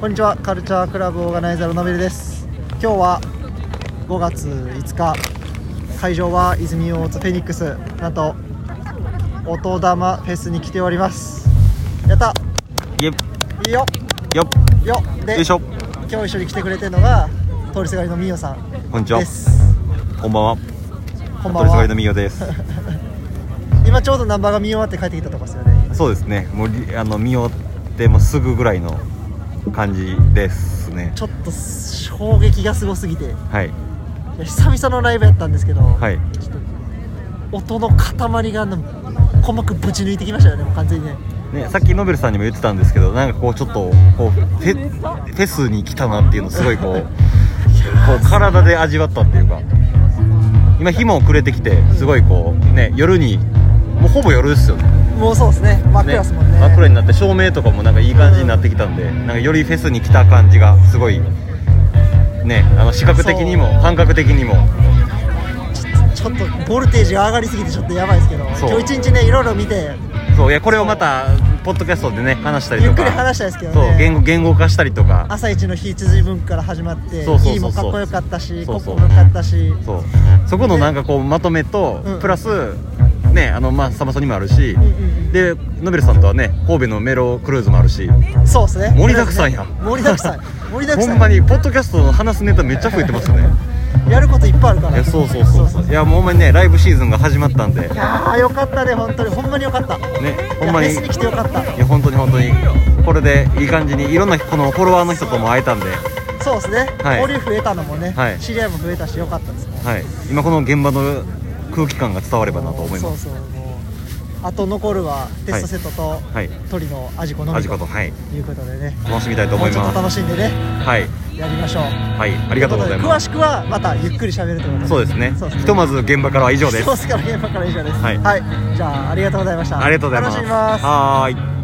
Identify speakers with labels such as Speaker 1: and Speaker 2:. Speaker 1: こんにちはカルチャークラブオーガナイザーののびるです今日は5月5日会場は泉大津フェニックスなんと音玉フェスに来ておりますやった
Speaker 2: イエッ
Speaker 1: いいよ
Speaker 2: よっ
Speaker 1: よで
Speaker 2: よいしょ
Speaker 1: 今日一緒に来てくれてるのが通りすがりのみよさん
Speaker 2: こんにちは
Speaker 1: です
Speaker 2: こんばんは
Speaker 1: こんば
Speaker 2: 鳥
Speaker 1: ん
Speaker 2: すがりの
Speaker 1: は
Speaker 2: みよです
Speaker 1: 今ちょうどナンバーが見終わって帰ってきたとこですよね
Speaker 2: そうですねもうりあのみよってもうすぐぐらいの感じですね
Speaker 1: ちょっと衝撃がすごすぎてい
Speaker 2: はい
Speaker 1: や久々のライブやったんですけど、
Speaker 2: はい
Speaker 1: ちょっと音の塊があの鼓膜ぶち抜いてきましたよねもう完全にね
Speaker 2: ね、さっきノベルさんにも言ってたんですけどなんかこうちょっとこうフェフェスに来たなっていうのすごいこ うこう体で味わったっていうか今日も暮れてきてすごいこうね夜にもうほぼ夜ですよね
Speaker 1: もうそうですね真っ暗
Speaker 2: ね
Speaker 1: ですもんね
Speaker 2: 真っ暗になって照明とかもなんかいい感じになってきたんでなんかよりフェスに来た感じがすごいねあの視覚的にも
Speaker 1: そう
Speaker 2: 感覚的にも
Speaker 1: ちょっとボルテージが上がりすぎてちょっとやばいですけど
Speaker 2: そう
Speaker 1: 今日一日ねいろいろ見て
Speaker 2: そういやこれをまたポッドキャストでね話したり
Speaker 1: ゆ
Speaker 2: と
Speaker 1: っ
Speaker 2: か
Speaker 1: くり話したいですけど
Speaker 2: そう言
Speaker 1: ね
Speaker 2: 語言語化したりとか
Speaker 1: 朝一の日続文から始まって
Speaker 2: そうそうそうそう
Speaker 1: キーもかっこよかったしコ
Speaker 2: そう
Speaker 1: ップ
Speaker 2: そう
Speaker 1: もよかったし
Speaker 2: そうそこのなんかこうまとめと
Speaker 1: うん
Speaker 2: プラスねあのまあサマソニもあるし
Speaker 1: んうん
Speaker 2: でノベルさんとはね神戸のメロクルーズもあるし
Speaker 1: そうですね
Speaker 2: 盛りだくさんや
Speaker 1: 盛りだくさん盛りだくさ
Speaker 2: ほ
Speaker 1: ん
Speaker 2: んまにポッドキャストの話すネタめっちゃ増えてますよ ね
Speaker 1: やることいっぱいあるか
Speaker 2: い
Speaker 1: ら
Speaker 2: やそうそうそうそういやもうほんまにねライブシーズンが始まったんでね
Speaker 1: いやーよかったね本当にほんまによかった
Speaker 2: ほんま
Speaker 1: い
Speaker 2: に
Speaker 1: やフェスに来てよかった
Speaker 2: いや本当に本当にこれでいい感じにいろんなこのフォロワーの人とも会えたんで、は
Speaker 1: そうですね、
Speaker 2: はい
Speaker 1: 交流増えたのもね、
Speaker 2: はい
Speaker 1: 知り合いも増えたしよかったですね
Speaker 2: い、今この現場の空気感が伝わればなと思います
Speaker 1: そうそうもうあと残るはテストセットと、
Speaker 2: はい
Speaker 1: 鳥のアジコのみ
Speaker 2: アジコとはい
Speaker 1: ということでね
Speaker 2: 楽しみたいと
Speaker 1: も
Speaker 2: 思
Speaker 1: う
Speaker 2: い
Speaker 1: ちょっと
Speaker 2: ま
Speaker 1: 楽しんでね
Speaker 2: すはい
Speaker 1: やりましょう
Speaker 2: はいありがとうござい
Speaker 1: ということで詳
Speaker 2: ま
Speaker 1: し
Speaker 2: す
Speaker 1: くはまたゆっくり喋るということで
Speaker 2: そうですね
Speaker 1: そうですね
Speaker 2: ひとまず現場からは以上です
Speaker 1: そうっすから現場から以上です
Speaker 2: はい
Speaker 1: じゃあありがとうございました
Speaker 2: ありがとうございます
Speaker 1: 楽しみます
Speaker 2: はーい